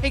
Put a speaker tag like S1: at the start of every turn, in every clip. S1: Hey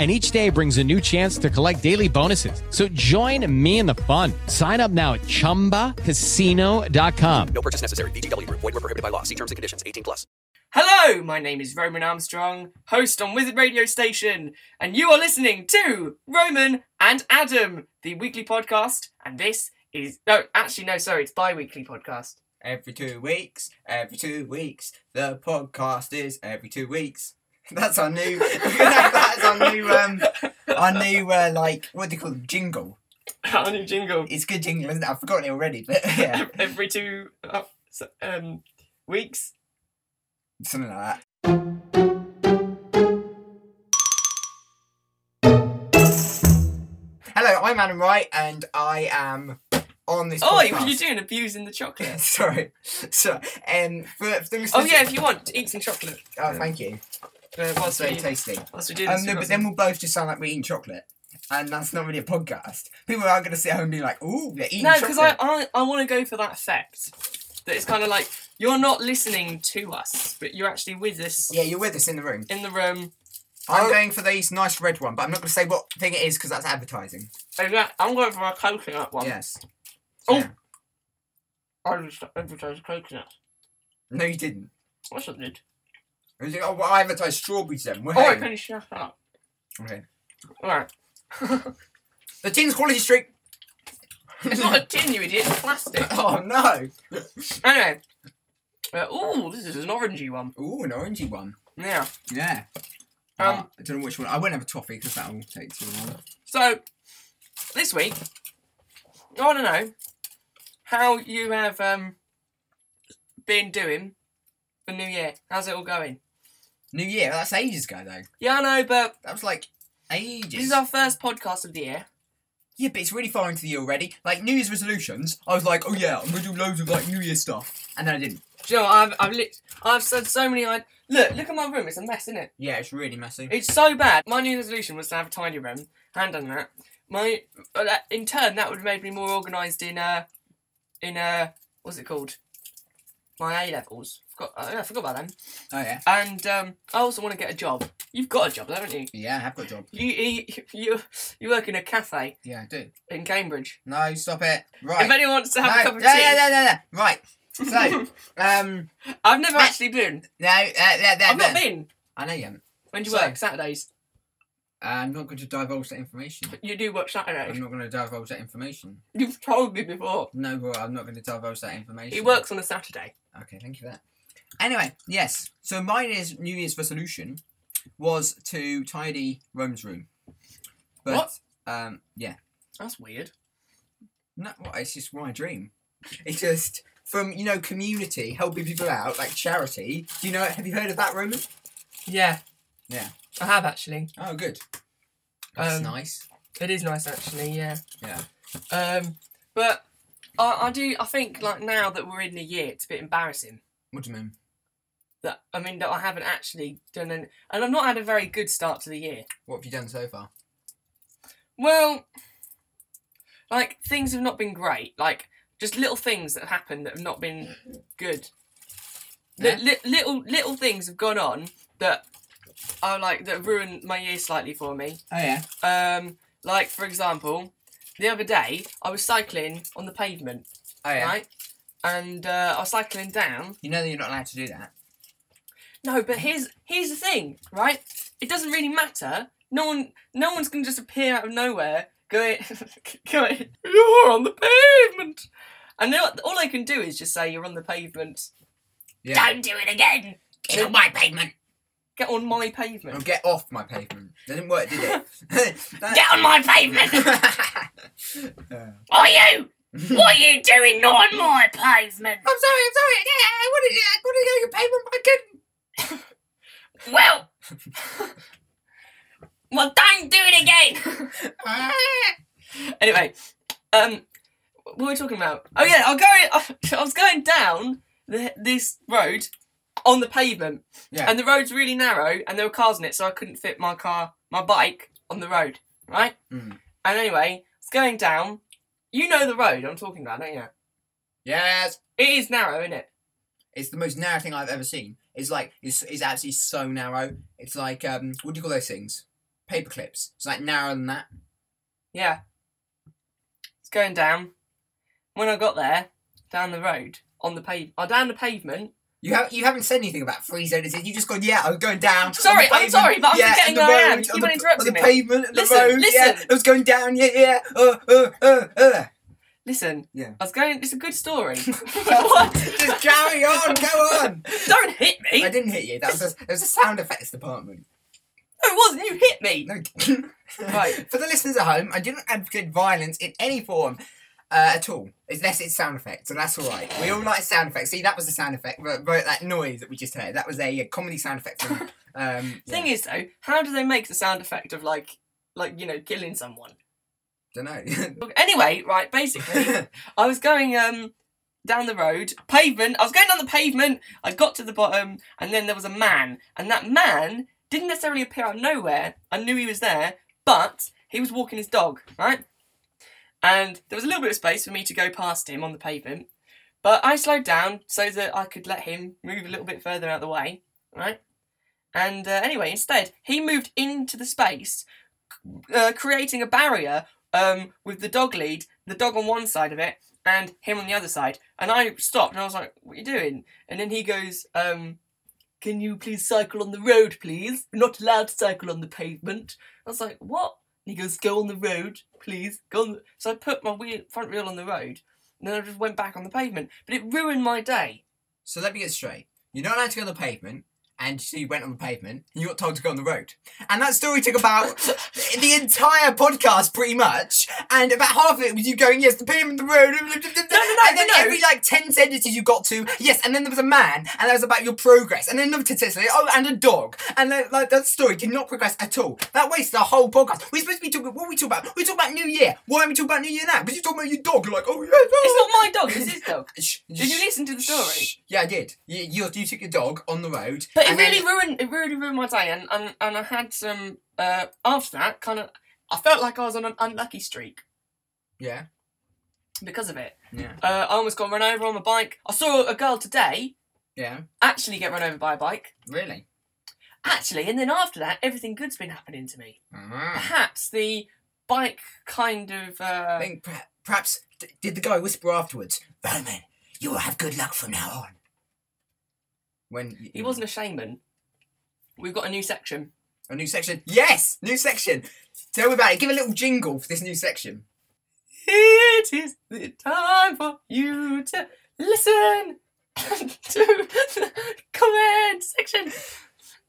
S1: and each day brings a new chance to collect daily bonuses. So join me in the fun. Sign up now at ChumbaCasino.com.
S2: No purchase necessary. VGW Group. Void were prohibited by law. See terms and conditions. 18 plus.
S3: Hello, my name is Roman Armstrong, host on Wizard Radio Station, and you are listening to Roman and Adam, the weekly podcast. And this is no, actually no, sorry, it's bi-weekly podcast.
S4: Every two weeks, every two weeks, the podcast is every two weeks. That's our new. that's our new. Um, our new uh, like what do you call them? Jingle.
S3: Our new jingle
S4: It's a good jingle, isn't it? I've forgotten it already, but yeah,
S3: every two uh, s- um, weeks.
S4: something like that. Hello, I'm Adam Wright, and I am on this.
S3: Oh,
S4: podcast.
S3: you're doing abusing the chocolate.
S4: Sorry, so um, for, for the
S3: Oh
S4: listeners-
S3: yeah, if you want, eat some chocolate.
S4: oh, thank you.
S3: Uh,
S4: That's
S3: whilst,
S4: very
S3: we,
S4: tasty.
S3: whilst we do this,
S4: Um,
S3: we've
S4: no,
S3: got
S4: but then
S3: some-
S4: we'll both just sound like we're eating chocolate, and that's not really a podcast. People are going to sit home and be like, "Ooh, they're eating
S3: no,
S4: chocolate."
S3: because I I, I want to go for that effect that it's kind of like you're not listening to us, but you're actually with us
S4: Yeah, you're with us in the room.
S3: in the room.
S4: I'm
S3: Oh.
S4: going for these nice red one, but I'm not going to say what thing it is because that's advertising.
S3: I'm go- I'm going for a coconut one.
S4: Yes.
S3: Oh.
S4: Yeah.
S3: I just advertised coconut.
S4: No, you didn't.
S3: What's it did?
S4: It was- Oh, well, I advertised strawberries then. Well,
S3: Oh, I
S4: hey.
S3: can shut up.
S4: Okay.
S3: Alright.
S4: The tin's quality streak.
S3: It's not a tin, you idiot. It's plastic.
S4: Oh no!
S3: Anyway. Uh, ooh, this is an orangey one.
S4: Ooh, an orangey one.
S3: Yeah.
S4: Yeah. Uh,
S3: Um,
S4: I don't know which one. I won't have a toffee because that will take too long.
S3: So, this week, I want to know how you have um, been doing for New Year. How's it all going?
S4: New Year. That's ages ago though.
S3: Yeah, I know, but
S4: That was like
S3: this
S4: ages.
S3: is our first podcast of the year.
S4: Yeah, but it's really far into the year already. Like New Year's resolutions, I was like, oh yeah, I'm gonna do loads of like New Year stuff, and then I didn't.
S3: Do you know, what? I've I've, lit- I've said so many. I look, look at my room. It's a mess, isn't it?
S4: Yeah, it's really messy.
S3: It's so bad. My new resolution was to have a tidy room. Hand on that. My uh, that- in turn that would have made me more organised in uh in uh what's it called? My A levels. Forgot uh, I forgot about them.
S4: Oh yeah.
S3: And um, I also want to get a job. You've got a job, haven't you?
S4: Yeah, I have got a job.
S3: You you you, you work in a cafe
S4: Yeah, I do.
S3: in Cambridge.
S4: No, stop it. Right.
S3: If anyone wants to have a
S4: no,
S3: cup of tea,
S4: no, no, no, no, no. Right. So, um,
S3: I've never actually been.
S4: no, uh, there, there,
S3: I've not
S4: there.
S3: been.
S4: I know you haven't.
S3: When do you
S4: So-
S3: work? Saturdays.
S4: I'm not going to divulge that information.
S3: You do work Saturdays.
S4: I'm not going to divulge that information.
S3: You've told me before.
S4: No, well, I'm not going to divulge that information.
S3: He works on a Saturday.
S4: Okay, thank you for that. Anyway, yes. So my New Year's, New Year's resolution was to tidy Rome's room. But, Um, yeah.
S3: That's weird.
S4: No, well, it's just my dream. It's just from you know community helping people out like charity. Do you know? Have you heard of that, Roman?
S3: Yeah.
S4: Yeah.
S3: I have actually.
S4: Oh, good. That's
S3: Um,
S4: nice.
S3: It is nice actually, yeah.
S4: Yeah.
S3: Um but I, I do I think like now that we're in the year it's a bit embarrassing
S4: What do you mean?
S3: that I mean that I haven't actually done an and I've not had a very good start to the year.
S4: What have you done so far?
S3: Well like things have not been great. Like just little things that have happened that have not been good. Li-
S4: Yeah.
S3: li- little little things have gone on that are like that ruined my year slightly for me.
S4: Oh yeah.
S3: Um, like for example, the other day I was cycling on the pavement,
S4: Oh yeah.
S3: right? And uh, I was cycling down.
S4: You know that you're not allowed to do that.
S3: No, but here's here's the thing, right? It doesn't really matter. No one, no one's gonna just appear out of nowhere, going, going, you're on the pavement, and they all they can do is just say you're on the pavement.
S4: Yeah.
S3: Don't do it again.
S4: Get on my pavement.
S3: Get on my
S4: Oh,
S3: pavement.
S4: get off my pavement. That didn't work, did it?
S3: Get on my pavement.
S4: Uh,
S3: Are you? What are you doing not on my pavement?
S4: I'm sorry, I'm sorry. Yeah, I wanted to, I wanted to go to your pavement, but I couldn't.
S3: Well, well, don't do it again.
S4: Ah.
S3: anyway, um, what were we talking about? Oh yeah, I will go. I was going down the, this road on the pavement,
S4: Yeah.
S3: and the road's really narrow, and there were cars in it, so I couldn't fit my car, my bike, on the road, right?
S4: Mm.
S3: And anyway, it's going down. You know the road I'm talking about, don't you?
S4: yes.
S3: It is narrow, isn't it?
S4: It's the most narrow thing I've ever seen. It's like it's, it's actually so narrow. It's like um, what do you call those things? Paper clips. It's like narrower than that.
S3: Yeah. It's going down. When I got there, down the road, on the pave, oh, down the pavement.
S4: You haven't you haven't said anything about free zones. You just gone yeah. I'm going down. on the
S3: Sorry, I'm
S4: pavement,
S3: sorry, but I'm
S4: yeah,
S3: forgetting
S4: on the
S3: where I am.
S4: road,
S3: You
S4: on
S3: keep
S4: the-
S3: on interrupting
S4: on the
S3: me.
S4: pavement. on
S3: Listen,
S4: the road, Yeah,
S3: listen.
S4: I was going down. Yeah, yeah. Uh, uh, uh, uh.
S3: Listen,
S4: Yeah.
S3: I was going. It's a good story. what?
S4: Just carry on. Go on.
S3: Don't hit me.
S4: I didn't hit you. That was a, that was a sound effects department.
S3: No, it wasn't. You hit me.
S4: No.
S3: Right.
S4: For the listeners at home, I do not advocate violence in any form uh, at all, unless it's sound effects, so that's all right. We all like sound effects. See, that was the sound effect, but, but that noise that we just heard, that was a, uh, comedy sound effect. From, um,
S3: Thing is, though, how do they make the sound effect of like, like you know, killing someone?
S4: don't know.
S3: Anyway, right. Basically, I was going um down the road, pavement. I was going down the pavement. I got to the bottom, and then there was a man, and that man didn't necessarily appear out of nowhere. I knew he was there, but he was walking his dog, right? And there was a little bit of space for me to go past him on the pavement, but I slowed down so that I could let him move a little bit further out of the way, right? And uh, anyway, instead, he moved into the space, c- uh, creating a barrier um, with the dog lead, the dog on one side of it, and him on the other side. And I stopped and I was like, What are you doing? And then he goes, um, Can you please cycle on the road, please? You're not allowed to cycle on the pavement. I was like, What? And he goes, Go on the road, please. Go on. The... So I put my wheel, front wheel on the road and then I just went back on the pavement. But it ruined my day.
S4: so let me get straight. You're not allowed to go on the pavement, and so you went on the pavement, and you got told to go on the road. And that story took about the entire podcast, pretty much, and about half of it was you going, yes, the pavement, the road, no, no,
S3: no,
S4: and then
S3: no.
S4: every like 10 sentences you got to, yes, and then there was a man, and that was about your progress, and then another 10 sentences, oh, and a dog, and then, like, that story did not progress at all. That wasted our whole podcast. We're supposed to be talking, what are we talking about? We're talking about New Year. Why are we talking about New Year now? Because you're talking about your dog, you're like, oh, yeah,
S3: It's not my dog, it's his dog.
S4: Shh,
S3: Did you
S4: shh.
S3: listen to the story?
S4: Shh. Yeah, I did. You, you, you took your dog on the road.
S3: But it
S4: and then-
S3: really ruined it really ruined my day and, and, and I had some uh, after that kind of I felt like I was on an unlucky streak
S4: yeah,
S3: because of it.
S4: yeah,
S3: Uh, I almost got run over on my bike. I saw a girl today
S4: yeah.
S3: actually get run over by a bike.
S4: Really.
S3: Actually, and then after that, everything good's been happening to me.
S4: Ah.
S3: Perhaps the bike kind of. Uh,
S4: I think perha- perhaps d- did the guy whisper afterwards, Roman, you will have good luck from now on. When y-
S3: he wasn't a shaman. We've got a new section.
S4: a new section. Yes, new section. Tell me about it. Give a little jingle for this new section.
S3: It is the time for you to listen to the comment section.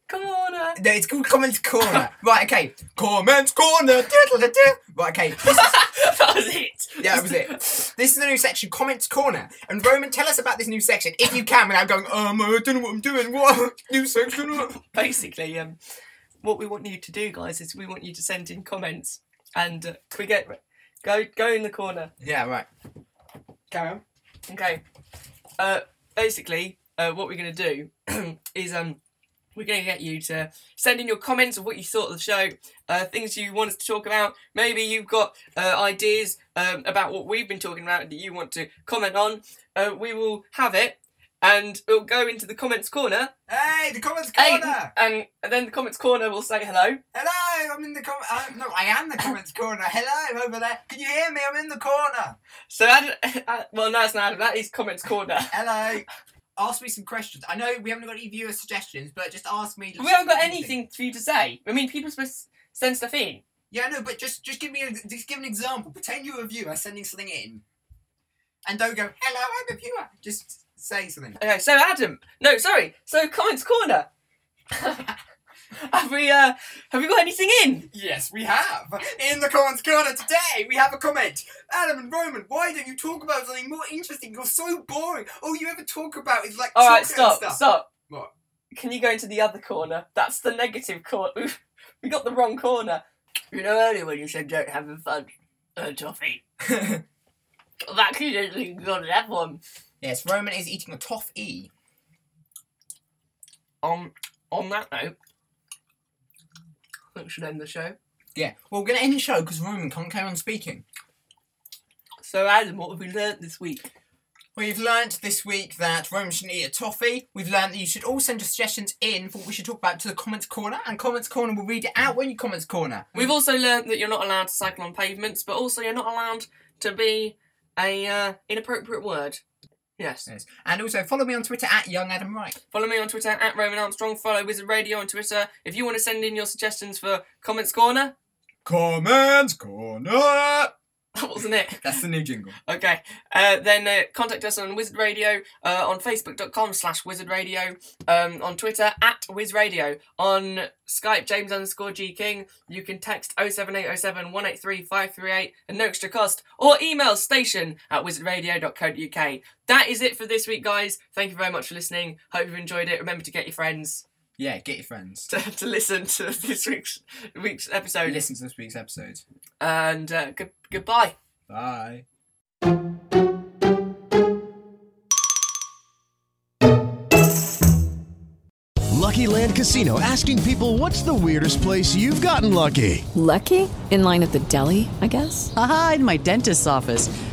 S3: Come on, uh,
S4: No, it's called Comments Corner. right, okay. Comments Corner. Diddle-da-doo. Right, okay. This is-
S3: that was it.
S4: Yeah, that was it. This is the new section, Comments Corner. And Roman, tell us about this new section, if you can, without going, um, I don't know what I'm doing. What? New section? what?"
S3: basically, um, what we want you to do, guys, is we want you to send in comments, and uh, can we get go go in the corner.
S4: Yeah, right. Carry on.
S3: Okay. Uh, basically, uh, what we're gonna do is um, we're gonna get you to send in your comments of what you thought of the show, uh, things you want us to talk about. Maybe you've got uh, ideas um, about what we've been talking about that you want to comment on. Uh, we will have it. And it'll go into the comments corner.
S4: Hey, the Comments
S3: Hey,
S4: Corner!
S3: and then the comments corner will say hello.
S4: Hello, I'm in the com- uh, No, I am the Comments Corner. Hello, over there. Can you hear me? I'm in the corner.
S3: So, Adam, uh, well, no, it's not Adam. That is comments corner.
S4: Hello. Ask me some questions. I know we haven't got any viewer suggestions, but just ask me.
S3: we haven't got anything for you to say. I mean, people are supposed to send stuff in.
S4: Yeah, no, but just just give me a, just give an example. Pretend you're a viewer sending something in, and don't go, "Hello, I'm a viewer." Just say something.
S3: Okay, so Adam, no, sorry. So comments corner. have we? Uh, have we got anything in?
S4: Yes, we have. In the comments corner today, we have a comment. Adam and Roman, why don't you talk about something more interesting? You're so boring. All you ever talk about is like
S3: All right,
S4: chocolate
S3: stop,
S4: stuff.
S3: stop.
S4: What?
S3: Can you go into the other corner? That's the negative corner. We've- We got the wrong corner. You know earlier when you said don't have fun, uh, toffee. I've actually don't think you got that one.
S4: yes, Roman is eating a toffee.
S3: on on that note, I think we should end the show.
S4: Yeah. Well, we're going to end the show because Roman can't carry on speaking.
S3: So Adam, what have we learnt this week?
S4: We've learnt this week that Roman shouldn't eat a toffee. We've learnt that you should all send your suggestions in for what we should talk about to the comments corner, and comments corner will read it out when you comments corner.
S3: We've also learnt that you're not allowed to cycle on pavements, but also you're not allowed to be a uh, inappropriate word. Yes.
S4: Yes. And also follow me on Twitter at Young Adam Wright.
S3: Follow me on Twitter at Roman Armstrong. Follow Wizard Radio on Twitter. If you want to send in your suggestions for Comments Corner,
S4: Comments corner.
S3: that wasn't it.
S4: That's the new jingle.
S3: Okay. Uh, then uh, contact us on Wizard Radio, uh, on facebook.com slash Wizard Radio, um, on Twitter at Wiz Radio, on Skype James underscore G King. You can text 07807 183 538 and no extra cost, or email station at wizardradio.co.uk. That is it for this week, guys. Thank you very much for listening. Hope you've enjoyed it. Remember to get your friends
S4: Yeah, get your friends.
S3: to, to listen to this week's, week's
S4: Go
S3: episode.
S4: Listen to this week's episode.
S3: And uh, good, goodbye.
S4: Bye.
S5: Lucky Land Casino asking people what's the weirdest place you've gotten lucky?
S6: Lucky? In line at the deli, I guess?
S7: Aha, in my dentist's office.